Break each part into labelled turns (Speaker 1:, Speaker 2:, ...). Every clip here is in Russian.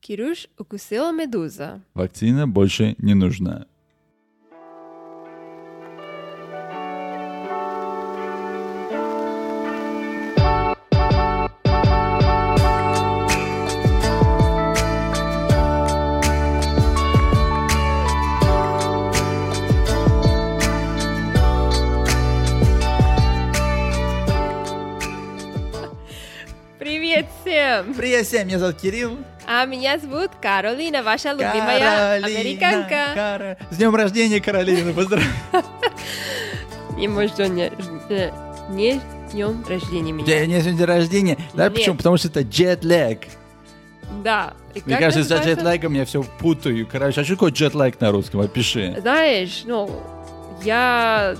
Speaker 1: Кирюш укусила медуза.
Speaker 2: Вакцина больше не нужна.
Speaker 1: Привет всем!
Speaker 2: Привет всем, меня зовут Кирилл.
Speaker 1: А меня зовут Каролина, ваша любимая американка.
Speaker 2: Кара- С днем рождения, Каролина, поздравляю.
Speaker 1: Не может он не, э, не днем рождения
Speaker 2: У
Speaker 1: меня.
Speaker 2: тебя нет сегодня день рождения. Да,
Speaker 1: Нет.
Speaker 2: почему? Потому что это джетлэг.
Speaker 1: Да. И
Speaker 2: Мне
Speaker 1: как
Speaker 2: кажется, за
Speaker 1: называется?
Speaker 2: джетлэгом я все путаю. Короче, а что такое джетлэг на русском? Опиши.
Speaker 1: Знаешь, ну, я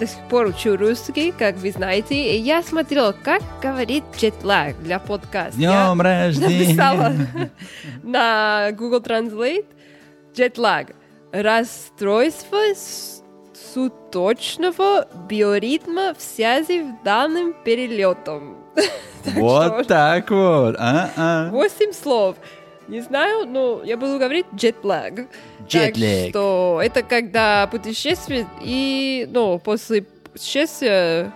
Speaker 1: до сих пор учу русский, как вы знаете, и я смотрела, как говорит джетлаг для
Speaker 2: С
Speaker 1: подкаста.
Speaker 2: днем
Speaker 1: Я написала
Speaker 2: рождения.
Speaker 1: на Google Translate джетлаг. Расстройство с- суточного биоритма в связи с данным перелетом.
Speaker 2: Вот так вот. А, А-а.
Speaker 1: Восемь слов. Не знаю, но я буду говорить джетлаг. Так
Speaker 2: Джетлэг.
Speaker 1: что это когда путешествие и, ну, после путешествия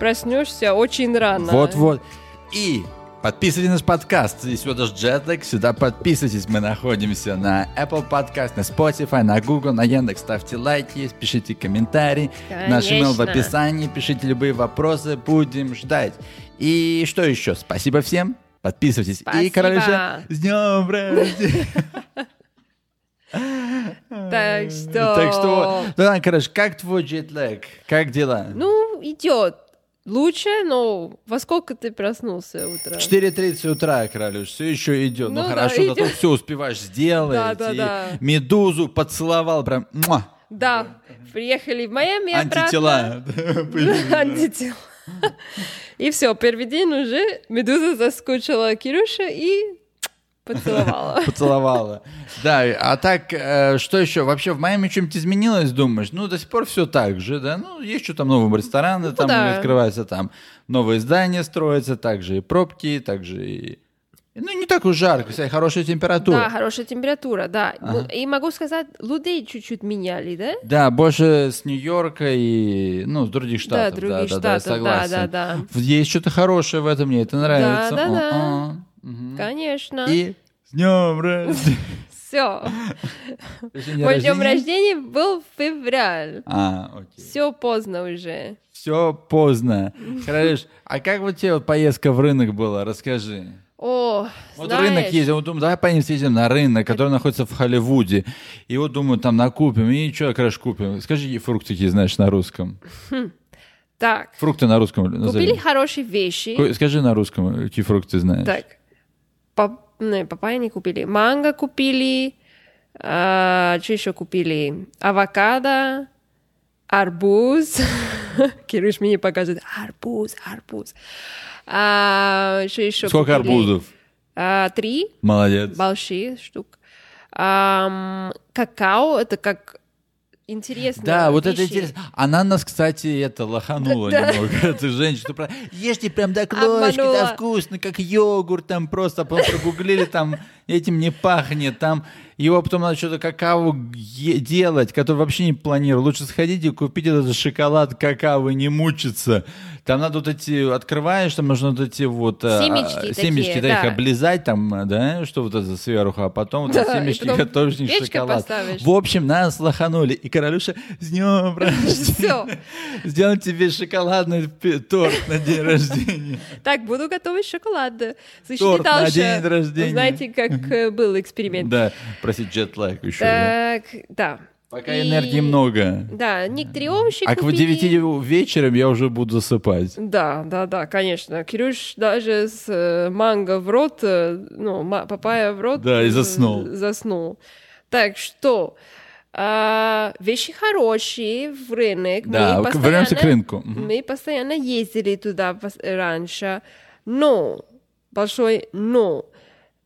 Speaker 1: проснешься очень рано.
Speaker 2: Вот-вот. И подписывайтесь на наш подкаст. Здесь вот даже Jetlag. Сюда подписывайтесь. Мы находимся на Apple Podcast, на Spotify, на Google, на Яндекс. Ставьте лайки, пишите комментарии. Наш email в
Speaker 1: Конечно.
Speaker 2: описании. Пишите любые вопросы. Будем ждать. И что еще? Спасибо всем. Подписывайтесь. И,
Speaker 1: Спасибо.
Speaker 2: королеша, с днем рождения.
Speaker 1: Так что...
Speaker 2: Так что, вот. да, короче, как твой джетлаг? Как дела?
Speaker 1: Ну, идет. Лучше, но во сколько ты проснулся утром?
Speaker 2: 4.30 утра, Королюш, все еще идет. Ну,
Speaker 1: Ну да,
Speaker 2: хорошо, зато
Speaker 1: идёт.
Speaker 2: все успеваешь сделать.
Speaker 1: Да, да,
Speaker 2: И
Speaker 1: да.
Speaker 2: Медузу поцеловал прям. муа,
Speaker 1: Да, приехали в Майами обратно.
Speaker 2: антитела.
Speaker 1: Антитела. И все, первый день уже Медуза заскучила Кирюша и поцеловала.
Speaker 2: Поцеловала. Да, а так, э, что еще? Вообще в Майами чем-то изменилось, думаешь? Ну, до сих пор все так же, да? Ну, есть что там новые рестораны, там
Speaker 1: Ну, да.
Speaker 2: они открываются, там новые здания строятся, также и пробки, также и... Ну, не так уж жарко, кстати, хорошая температура.
Speaker 1: Да, хорошая температура, да. Ну, И могу сказать, людей чуть-чуть меняли, да?
Speaker 2: Да, больше с Нью-Йорка и, ну, с других штатов.
Speaker 1: других
Speaker 2: да, да,
Speaker 1: штатов,
Speaker 2: согласен.
Speaker 1: да, да, да.
Speaker 2: В- Есть что-то хорошее в этом, мне это нравится.
Speaker 1: да, да.
Speaker 2: О, о. Мгм.
Speaker 1: Конечно.
Speaker 2: И с днем рождения.
Speaker 1: Все.
Speaker 2: С днём
Speaker 1: Мой день
Speaker 2: рождения.
Speaker 1: рождения был в февраль.
Speaker 2: А, окей.
Speaker 1: Все поздно уже.
Speaker 2: Все поздно. Хорошо. А как вот тебе вот поездка в рынок была? Расскажи.
Speaker 1: О,
Speaker 2: Вот
Speaker 1: знаешь,
Speaker 2: рынок ездим, вот думаю, давай поедем съездим на рынок, который находится в Холливуде. И вот думаю, там накупим, и что, короче, купим. Скажи, какие фрукты какие знаешь на русском?
Speaker 1: Так,
Speaker 2: Фрукты на русском назови.
Speaker 1: купили хорошие вещи.
Speaker 2: Ко- Скажи на русском, э, какие фрукты знаешь?
Speaker 1: Так, пап- не, папайя не купили. Манго купили. а, что еще купили? Авокадо, арбуз. Кирюш мне показывает. Арбуз, арбуз. А, что еще
Speaker 2: Сколько
Speaker 1: купили?
Speaker 2: арбузов?
Speaker 1: А, три
Speaker 2: Молодец.
Speaker 1: большие штук. Ам, какао, это как интересно.
Speaker 2: Да, вот это
Speaker 1: вещи.
Speaker 2: интересно. Она нас, кстати, это лоханула немного. Эта женщина, что про... Ешьте прям до крошки,
Speaker 1: Обманула.
Speaker 2: да вкусно, как йогурт, там просто, а потом прогуглили, там этим не пахнет, там его потом надо что-то какао е- делать, который вообще не планировал. Лучше сходите и купить этот шоколад какао и не мучиться. Там надо вот эти, открываешь, там нужно вот эти вот... э,
Speaker 1: Семечки такие,
Speaker 2: семечки, да, их
Speaker 1: да.
Speaker 2: облизать там, э, да, что вот это сверху, а потом вот эти
Speaker 1: Да, и
Speaker 2: семечки
Speaker 1: потом
Speaker 2: готовишь, не
Speaker 1: печка
Speaker 2: шоколад.
Speaker 1: поставишь.
Speaker 2: В общем, нас лоханули. И королюша с днем
Speaker 1: Всё.
Speaker 2: рождения. Сделаем тебе шоколадный пи- торт на день рождения.
Speaker 1: Так, буду готовить шоколад. Слушайте
Speaker 2: Торт на
Speaker 1: дальше.
Speaker 2: день рождения.
Speaker 1: Знаете, как э, был эксперимент.
Speaker 2: Да, просить джетлайк еще. да.
Speaker 1: Так, да.
Speaker 2: Пока
Speaker 1: И-
Speaker 2: энергии много.
Speaker 1: Да, некоторые овощи
Speaker 2: А к
Speaker 1: купили.
Speaker 2: 9 вечером я уже буду засыпать.
Speaker 1: Да, да, да, конечно. Кирюш даже с э, манго в рот, э, ну, ма- папайя в рот.
Speaker 2: Да, и
Speaker 1: э,
Speaker 2: заснул.
Speaker 1: Заснул. Так что, а, вещи хорошие в рынок. Мы
Speaker 2: Да, к-
Speaker 1: Ну постоянно-
Speaker 2: вернемся к рынку. Мгм.
Speaker 1: Мы постоянно ездили туда пос- раньше, но, большой но,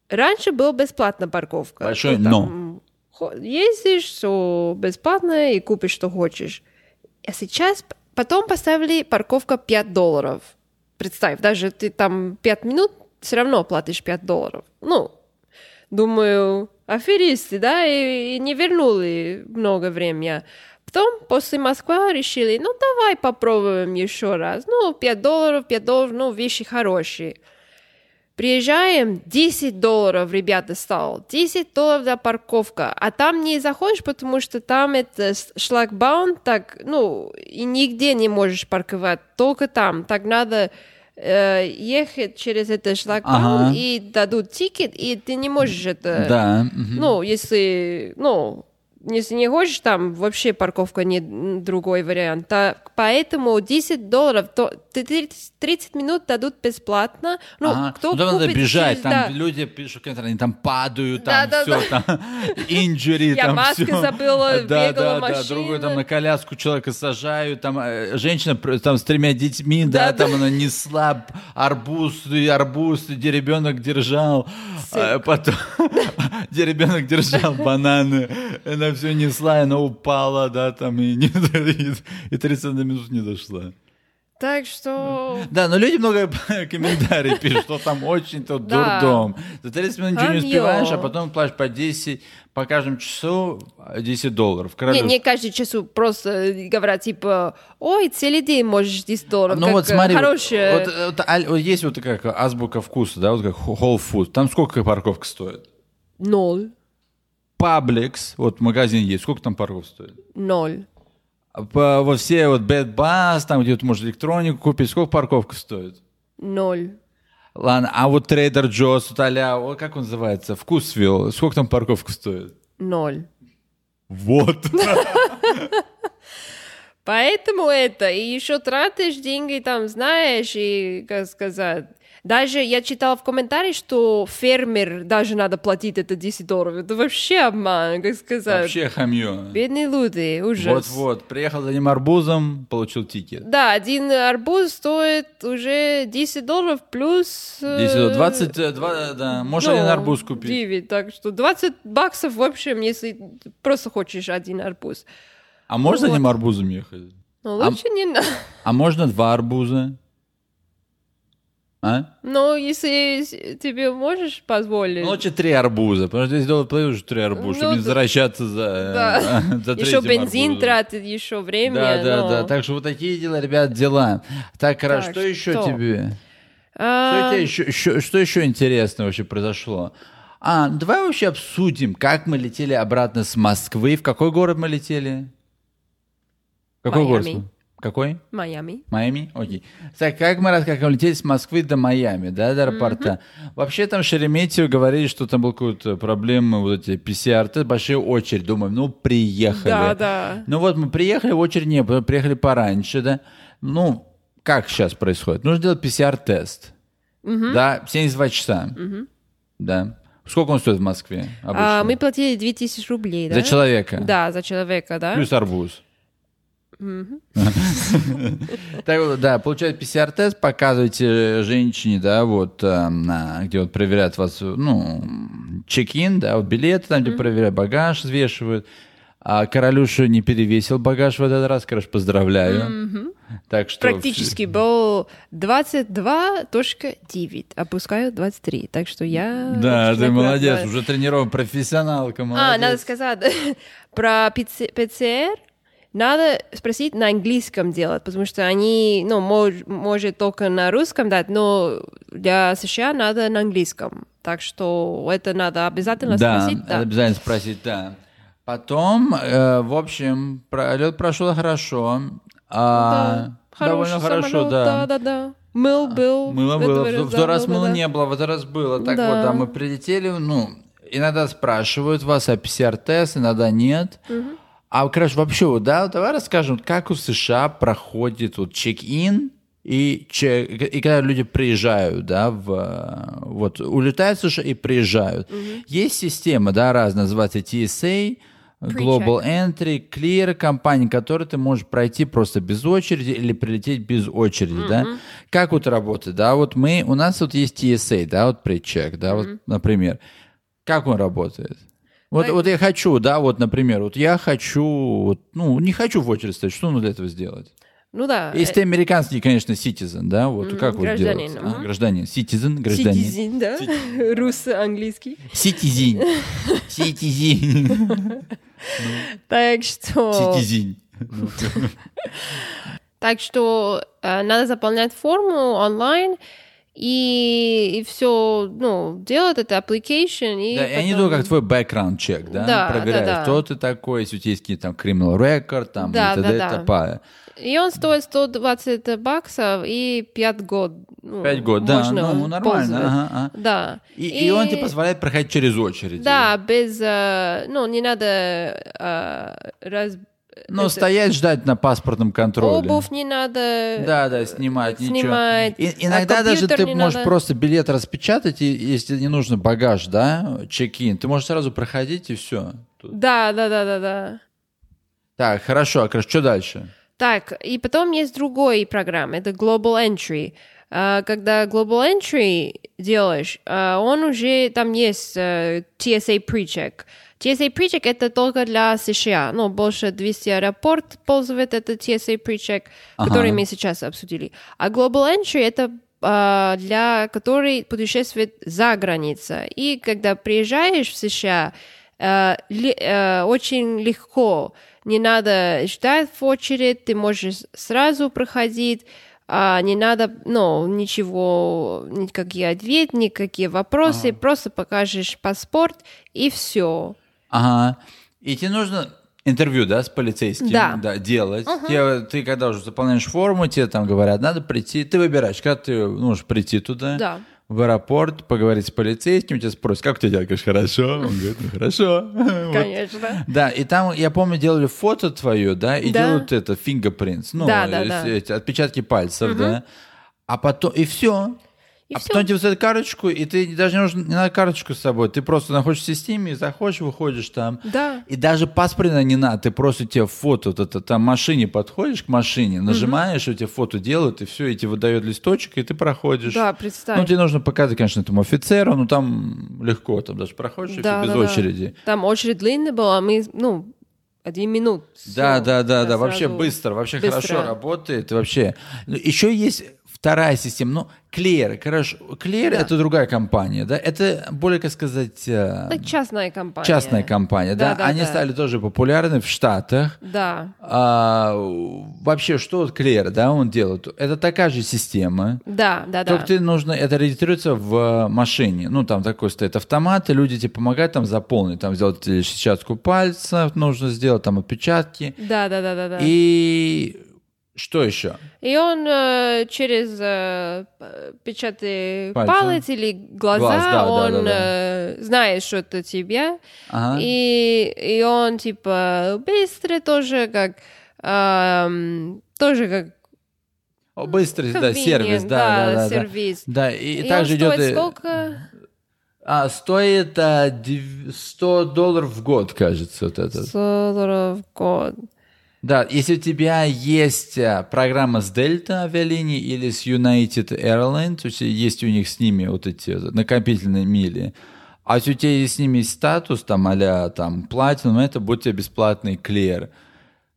Speaker 1: раньше была бесплатная парковка.
Speaker 2: Большой
Speaker 1: Ну, там,
Speaker 2: но.
Speaker 1: м, хо- Ездишь, все бесплатно и купишь, что хочешь. А сейчас п- потом поставили парковка 5 долларов. Представь, даже ты там 5 минут все равно платишь 5 долларов. Ну, думаю, аферисты, да, и, и не вернули много времени. А Потом после Москвы решили, ну давай попробуем еще раз. Ну, 5 долларов, 5 долларов, ну, вещи хорошие. Приезжаем, 10 долларов, ребята, стал. 10 долларов за парковка. А там не заходишь, потому что там это с- шлагбаум, так, ну, и нигде не можешь парковать, только там. Так надо э, ехать через этот шлагбаум,
Speaker 2: Ага.
Speaker 1: и дадут тикет, и ты не можешь это...
Speaker 2: Да. мгм.
Speaker 1: Ну, если, ну, если не хочешь, там вообще парковка не м, другой вариант. Та- поэтому 10 долларов, то ты 30, 30 минут дадут бесплатно. Ну,
Speaker 2: Ага.
Speaker 1: кто
Speaker 2: Ну, там надо
Speaker 1: купит
Speaker 2: бежать,
Speaker 1: через-
Speaker 2: там
Speaker 1: да.
Speaker 2: люди пишут, в интернете, там падают, там
Speaker 1: Да, да,
Speaker 2: все, там инджери,
Speaker 1: Я
Speaker 2: там
Speaker 1: маски
Speaker 2: всё.
Speaker 1: забыла,
Speaker 2: да,
Speaker 1: бегала
Speaker 2: да, да,
Speaker 1: машина.
Speaker 2: другой там на коляску человека сажают, там э, женщина пр- там с тремя детьми, да,
Speaker 1: Да, да.
Speaker 2: там она несла б- арбуз, и арбуз, где ребенок держал, а потом где ребенок держал бананы, она все несла, и она упала, да, там и, не, и 30 минут не дошла.
Speaker 1: Так что...
Speaker 2: Да, но люди много комментариев пишут, что там очень-то
Speaker 1: Да.
Speaker 2: дурдом. За 30 минут ничего не
Speaker 1: Вранье.
Speaker 2: успеваешь, а потом платишь по 10, по каждому часу 10 долларов.
Speaker 1: Не,
Speaker 2: Королёв.
Speaker 1: не каждый часу просто говорят, типа, ой, целый день можешь 10 долларов.
Speaker 2: Ну
Speaker 1: как,
Speaker 2: вот
Speaker 1: э,
Speaker 2: смотри,
Speaker 1: хорошее.
Speaker 2: вот, вот, аль- вот есть вот как азбука вкуса, да, вот как Whole Food. Там сколько парковка стоит?
Speaker 1: Ноль.
Speaker 2: Publix, вот магазин есть, сколько там парковка стоит?
Speaker 1: Ноль.
Speaker 2: А по- Во все вот Bed Bass, там где-то можно электронику купить, сколько парковка стоит?
Speaker 1: Ноль.
Speaker 2: Ладно, а вот Trader Joe's, вот а-ля, о, как он называется, Вкусвилл, сколько там парковка стоит?
Speaker 1: Ноль.
Speaker 2: Вот.
Speaker 1: Поэтому это, и еще тратишь деньги, там, знаешь, и, как сказать, даже я читала в комментарии, что фермер даже надо платить это 10 долларов. Это вообще обман, как сказать.
Speaker 2: Вообще хамье.
Speaker 1: Бедные люди, ужас.
Speaker 2: Вот-вот, приехал за ним арбузом, получил тикет.
Speaker 1: Да, один арбуз стоит уже 10 долларов плюс... э,
Speaker 2: 10 до 20, э, два- да, можешь один
Speaker 1: ну,
Speaker 2: арбуз купить.
Speaker 1: 9, так что 20 баксов, в общем, если просто хочешь один арбуз.
Speaker 2: А можно
Speaker 1: вот.
Speaker 2: одним арбузом ехать?
Speaker 1: Но
Speaker 2: А-
Speaker 1: лучше не надо.
Speaker 2: А можно два арбуза? А?
Speaker 1: Но если с- тебе можешь позволить...
Speaker 2: Ну, лучше три арбуза, потому что здесь доллар плей уже три арбуза, чтобы не
Speaker 1: Ну да.
Speaker 2: возвращаться за,
Speaker 1: Да.
Speaker 2: э, за
Speaker 1: Еще
Speaker 2: третьим
Speaker 1: бензин
Speaker 2: арбузом.
Speaker 1: тратит, еще время.
Speaker 2: Да, да,
Speaker 1: но-
Speaker 2: да. Так что вот такие дела, ребят, дела. Так, Кара,
Speaker 1: Так,
Speaker 2: что еще
Speaker 1: что?
Speaker 2: тебе? Что,
Speaker 1: А,
Speaker 2: тебе еще, еще- что еще интересного вообще произошло? А, ну давай вообще обсудим, как мы летели обратно с Москвы. В какой город мы летели? Какой
Speaker 1: Майами.
Speaker 2: город? Какой?
Speaker 1: Майами.
Speaker 2: Майами? Окей. Так, как мы раз как мы летели с Москвы до Майами, да, до аэропорта. Вообще там Шереметьево говорили, что там был какой-то проблема, вот эти ПСР-тест, большая очередь. Думаем, ну приехали.
Speaker 1: Да, да.
Speaker 2: Ну вот мы приехали, в очередь не было, приехали пораньше, да. Ну, как сейчас происходит? Нужно делать PCR-тест. Да, 72 часа. Да. Сколько он стоит в Москве обычно?
Speaker 1: А, мы платили 2000 рублей, да?
Speaker 2: За человека?
Speaker 1: Да, за человека, да.
Speaker 2: Плюс арбуз. Так вот, да, получает PCR-тест, показываете женщине, да, вот, э, на- где вот проверяют вас, ну, чек-ин, да, вот билеты там, где проверяют багаж, взвешивают. А Королюша не перевесил багаж в этот раз, короче, поздравляю. Так что...
Speaker 1: Практически был 22.9, опускаю 23, так что я...
Speaker 2: Да,
Speaker 1: очень
Speaker 2: ты молодец,
Speaker 1: аккуратно.
Speaker 2: уже тренирован, профессионалка, молодец.
Speaker 1: А, надо сказать, про ПЦ- ПЦР надо спросить на английском делать, потому что они, ну, мож- может только на русском дать, но для США надо на английском. Так что это надо обязательно спросить.
Speaker 2: надо обязательно спросить, да. Потом, э, в общем, пролет прошел хорошо. А,
Speaker 1: Да, хороший
Speaker 2: довольно хорошо,
Speaker 1: самолет,
Speaker 2: да. А,
Speaker 1: да, да. Мыл был.
Speaker 2: Мыло
Speaker 1: это
Speaker 2: было. В,
Speaker 1: говорю,
Speaker 2: в тот раз
Speaker 1: забыла,
Speaker 2: мыла
Speaker 1: да.
Speaker 2: не было, в этот раз было. Так
Speaker 1: Да.
Speaker 2: вот, да, мы прилетели, ну, иногда спрашивают вас о ПСР-тест, иногда нет. А, короче, вообще, вот, да, давай расскажем, как у США проходит вот чек-ин и, чек, и когда люди приезжают, да, в, э, вот, улетают в США и приезжают. Есть система, да, разная, называется А. TSA, Global Entry, Clear, компании, которые ты можешь пройти просто без очереди или прилететь без очереди, да? Как вот работает, да? Вот мы, у нас вот есть TSA, да, вот предчек, да, вот, например. Как он работает? Вот,
Speaker 1: Так-
Speaker 2: вот я хочу, да, вот, например, вот я хочу, вот, ну, не хочу в очередь стоять, что нужно для этого сделать?
Speaker 1: Ну да.
Speaker 2: Если ты американский, конечно, citizen, да? Вот
Speaker 1: Мгм,
Speaker 2: как вот
Speaker 1: гражданин,
Speaker 2: делать?
Speaker 1: ага.
Speaker 2: А, гражданин. Citizen, гражданин.
Speaker 1: Ситизин, да? Русско-английский.
Speaker 2: Citizen. Citizen.
Speaker 1: Так что...
Speaker 2: Citizen.
Speaker 1: Так что э, надо заполнять форму онлайн и, все, ну, делать это application. И
Speaker 2: Да, и они
Speaker 1: потом-
Speaker 2: думают, как твой background чек, да?
Speaker 1: Да, да,
Speaker 2: Проверяют,
Speaker 1: да.
Speaker 2: кто ты такой, если у тебя есть какие-то там criminal record, там,
Speaker 1: Да,
Speaker 2: и т.д.
Speaker 1: да, да.
Speaker 2: и т.п.
Speaker 1: И он стоит 120 баксов и 5 год. ну,
Speaker 2: Пять год, да,
Speaker 1: можно
Speaker 2: ну, ну, нормально.
Speaker 1: пользоваться.
Speaker 2: ага, ага.
Speaker 1: Да.
Speaker 2: И, и он тебе позволяет проходить через очередь.
Speaker 1: Да, без, э, ну, не надо э, раз...
Speaker 2: Ну,
Speaker 1: это-
Speaker 2: стоять, ждать на паспортном контроле.
Speaker 1: Обувь не надо.
Speaker 2: Да, да, снимать,
Speaker 1: Снимать.
Speaker 2: ничего. И-
Speaker 1: А
Speaker 2: иногда даже
Speaker 1: компьютер
Speaker 2: ты
Speaker 1: не
Speaker 2: можешь
Speaker 1: надо.
Speaker 2: просто билет распечатать, и, если не нужно багаж, да, чек-ин, ты можешь сразу проходить и все.
Speaker 1: Да, да, да, да, да.
Speaker 2: Так, хорошо, а что дальше?
Speaker 1: Так, и потом есть другой программ, это Global Entry. А, Когда Global Entry делаешь, а, он уже, там есть э, TSA PreCheck. TSA PreCheck — это только для США, ну, больше 200 аэропорт пользует это TSA PreCheck,
Speaker 2: Ага.
Speaker 1: который мы сейчас обсудили. А Global Entry — это а, для который путешествует за границей. И когда приезжаешь в США, э, ли- э, очень легко. Не надо ждать в очередь, ты можешь сразу проходить, а не надо, ну, ничего, никакие ответы, никакие вопросы, просто покажешь паспорт и все.
Speaker 2: Ага. И тебе нужно интервью, да, с полицейским
Speaker 1: Да.
Speaker 2: делать. Тебе- ты когда уже заполняешь форму, тебе там говорят, надо прийти. Ты выбираешь, когда ты можешь прийти туда.
Speaker 1: Да.
Speaker 2: В аэропорт, поговорить с полицейским, тебя спросят, как ты делаешь, хорошо? Он говорит, ну хорошо. Вот.
Speaker 1: Конечно.
Speaker 2: Да, и там, я помню, делали фото твое, да, и
Speaker 1: Да.
Speaker 2: делают это, fingerprints, ну,
Speaker 1: Да, да, да.
Speaker 2: эти отпечатки пальцев, да. А потом, и все.
Speaker 1: И
Speaker 2: а
Speaker 1: всё.
Speaker 2: потом тебе выставят карточку, и ты даже не, нужно, не надо карточку с собой, ты просто находишься в системе, заходишь, выходишь там.
Speaker 1: Да.
Speaker 2: И даже паспорта не надо, ты просто тебе фото, вот это, там машине подходишь к машине, нажимаешь, и тебе фото делают, и все, и тебе выдает листочек, и ты проходишь.
Speaker 1: Да,
Speaker 2: Ну,
Speaker 1: представь.
Speaker 2: тебе нужно показать, конечно, этому офицеру, но там легко, там даже проходишь, и
Speaker 1: Да,
Speaker 2: всё, без
Speaker 1: да, да.
Speaker 2: очереди.
Speaker 1: Там очередь длинная была, а мы, ну, один минут.
Speaker 2: Да,
Speaker 1: Всё.
Speaker 2: да, да, да,
Speaker 1: сразу.
Speaker 2: вообще быстро, вообще
Speaker 1: быстро.
Speaker 2: хорошо работает, вообще. Еще есть вторая система, ну, Клеер, хорошо, Клеер
Speaker 1: Да.
Speaker 2: это другая компания, да, это более, как сказать, э,
Speaker 1: Это частная компания.
Speaker 2: частная компания, да,
Speaker 1: Да, да,
Speaker 2: они
Speaker 1: да.
Speaker 2: стали тоже популярны в Штатах.
Speaker 1: Да,
Speaker 2: А, вообще, что вот Клеер, да, он делает? Это такая же система.
Speaker 1: да, да, да.
Speaker 2: Только ты нужно, это регистрируется в э, машине. Ну, там такой стоит автомат, и люди тебе помогают там заполнить, там сделать сетчатку пальцев нужно сделать, там отпечатки.
Speaker 1: Да, да, да, да, да.
Speaker 2: И что еще?
Speaker 1: И он э, через э, п- печатый
Speaker 2: Пальцы.
Speaker 1: палец или глаза,
Speaker 2: Глаз, да, да,
Speaker 1: он
Speaker 2: да, А? да.
Speaker 1: э, знает, что это тебе.
Speaker 2: Ага.
Speaker 1: И, и он типа быстро тоже как эм, тоже как
Speaker 2: О, Быстрый, да,
Speaker 1: convenient,
Speaker 2: сервис, да, да, да. да.
Speaker 1: сервис.
Speaker 2: Да, и,
Speaker 1: И
Speaker 2: также
Speaker 1: он
Speaker 2: идет...
Speaker 1: стоит
Speaker 2: и-
Speaker 1: сколько?
Speaker 2: А, стоит а, дев- 100 долларов в год, кажется, вот это.
Speaker 1: Долларов в год.
Speaker 2: Да, если у тебя есть а, программа с Delta авиалиний или с United Airlines, то есть есть у них с ними вот эти накопительные мили, а если у тебя есть с ними статус, там, а там, Platinum, это будет тебе бесплатный клиер.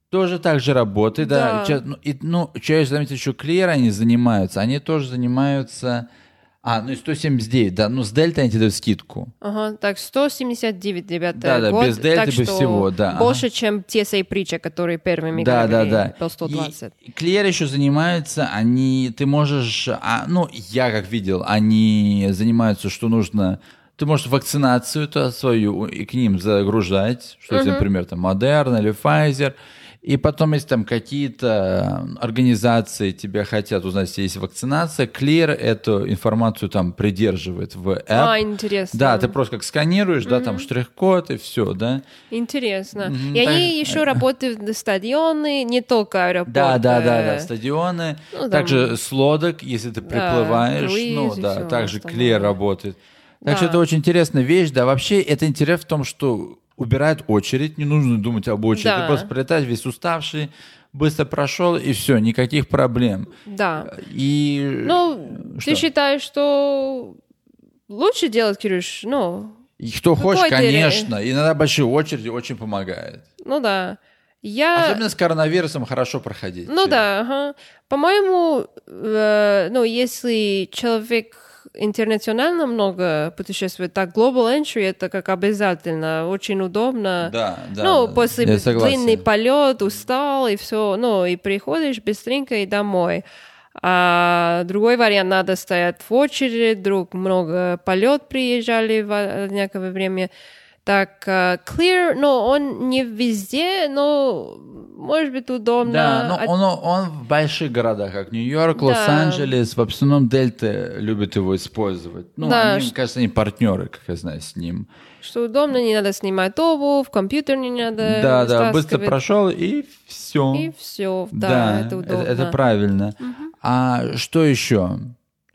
Speaker 2: Тоже так же работает, да.
Speaker 1: Да.
Speaker 2: Ча- ну, и, ну, человек, заметил, еще клиер они занимаются, они тоже занимаются... А, ну и 179, да, ну с Дельта они тебе дают скидку.
Speaker 1: Ага, так 179, ребята,
Speaker 2: Да-да,
Speaker 1: год,
Speaker 2: без дельты,
Speaker 1: так
Speaker 2: без
Speaker 1: что
Speaker 2: всего, да,
Speaker 1: Больше, чем те сейприча, которые первыми
Speaker 2: Да, да,
Speaker 1: говорили,
Speaker 2: да.
Speaker 1: по 120.
Speaker 2: И клиеры еще занимаются, они, ты можешь, а, ну, я как видел, они занимаются, что нужно, ты можешь вакцинацию -то свою и к ним загружать, что если, например, там Модерна или Pfizer, и потом, если там какие-то э, организации тебя хотят узнать, если есть вакцинация, Клир эту информацию там придерживает в app.
Speaker 1: А, интересно.
Speaker 2: да, ты просто как сканируешь, да, там штрих-код и все, да.
Speaker 1: Интересно.
Speaker 2: Мгм,
Speaker 1: И
Speaker 2: так-
Speaker 1: они еще работают на стадионы, не только э, аэропорты.
Speaker 2: Да, да, да, да, стадионы.
Speaker 1: Ну, там-
Speaker 2: Также с лодок, если ты приплываешь,
Speaker 1: круиз
Speaker 2: ну
Speaker 1: и
Speaker 2: да,
Speaker 1: всё
Speaker 2: также
Speaker 1: остальное.
Speaker 2: клей работает. Так
Speaker 1: Да.
Speaker 2: что это очень интересная вещь, да. Вообще это интерес в том, что убирает очередь, не нужно думать об очереди,
Speaker 1: Да.
Speaker 2: ты просто прилетаешь весь уставший, быстро прошел и все, никаких проблем.
Speaker 1: Да.
Speaker 2: И
Speaker 1: Ну,
Speaker 2: что?
Speaker 1: ты считаешь, что лучше делать, Кирюш? Ну,
Speaker 2: и кто
Speaker 1: какой
Speaker 2: хочет,
Speaker 1: ты ре-
Speaker 2: конечно, иногда большие очереди очень помогает.
Speaker 1: ну да. Я...
Speaker 2: Особенно с коронавирусом хорошо проходить.
Speaker 1: Ну да, ага. По-моему, э, ну, если человек интернационально много путешествует, так Global Entry это как обязательно, очень удобно.
Speaker 2: Да, да.
Speaker 1: ну,
Speaker 2: да.
Speaker 1: после
Speaker 2: Я согласен.
Speaker 1: длинный полет, устал и все, ну, и приходишь быстренько и домой. А другой вариант, надо стоять в очереди, друг много полет приезжали в одинаковое время. Так, а, Clear, но он не везде, но может быть удобно. А
Speaker 2: Да, но
Speaker 1: От-
Speaker 2: он, он в больших городах, как Нью-Йорк,
Speaker 1: Да.
Speaker 2: Лос-Анджелес, в основном Дельта любит его использовать. Ну,
Speaker 1: Да,
Speaker 2: они,
Speaker 1: ш-
Speaker 2: мне кажется, они партнеры, как я знаю, с ним.
Speaker 1: Что удобно, не надо снимать обувь, компьютер не надо
Speaker 2: Да, да, быстро
Speaker 1: стаскивать.
Speaker 2: прошел и все.
Speaker 1: И все,
Speaker 2: да, э,
Speaker 1: да, это удобно.
Speaker 2: это правильно. А что еще?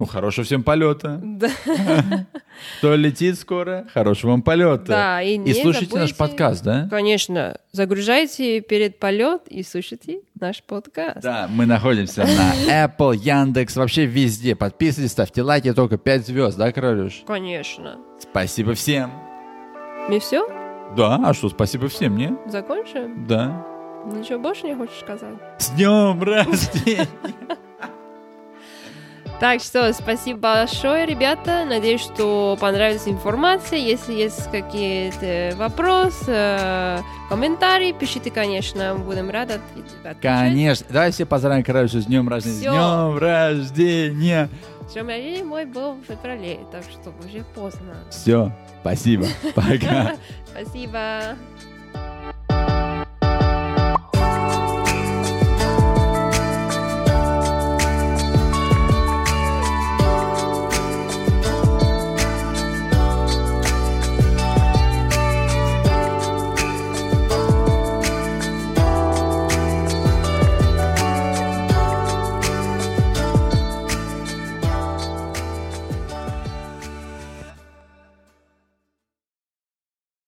Speaker 2: Ну, хорошего всем полета.
Speaker 1: Да,
Speaker 2: Кто летит скоро, хорошего вам полета.
Speaker 1: да, и,
Speaker 2: И
Speaker 1: не
Speaker 2: слушайте наш
Speaker 1: забудьте-
Speaker 2: подкаст, да?
Speaker 1: Конечно, загружайте перед полет и слушайте наш подкаст.
Speaker 2: Да, мы находимся на Apple, Яндекс, вообще везде. Подписывайтесь, ставьте лайки, только 5 звезд, да, Королюш?
Speaker 1: Конечно.
Speaker 2: Спасибо всем.
Speaker 1: Мы все?
Speaker 2: Да, а что, спасибо всем, не?
Speaker 1: Закончим?
Speaker 2: Да.
Speaker 1: Ничего больше не хочешь сказать?
Speaker 2: С днем рождения!
Speaker 1: Так что спасибо большое, ребята. Надеюсь, что понравилась информация. Если есть какие-то вопросы, э, комментарии, пишите, конечно. Будем рады ответ- отвечать.
Speaker 2: Конечно. Давай все поздравим Королюшу с днем рождения. С
Speaker 1: Всё.
Speaker 2: днем рождения!
Speaker 1: Днём рождения мой был в феврале, так что уже поздно.
Speaker 2: Все, спасибо, пока.
Speaker 1: Спасибо.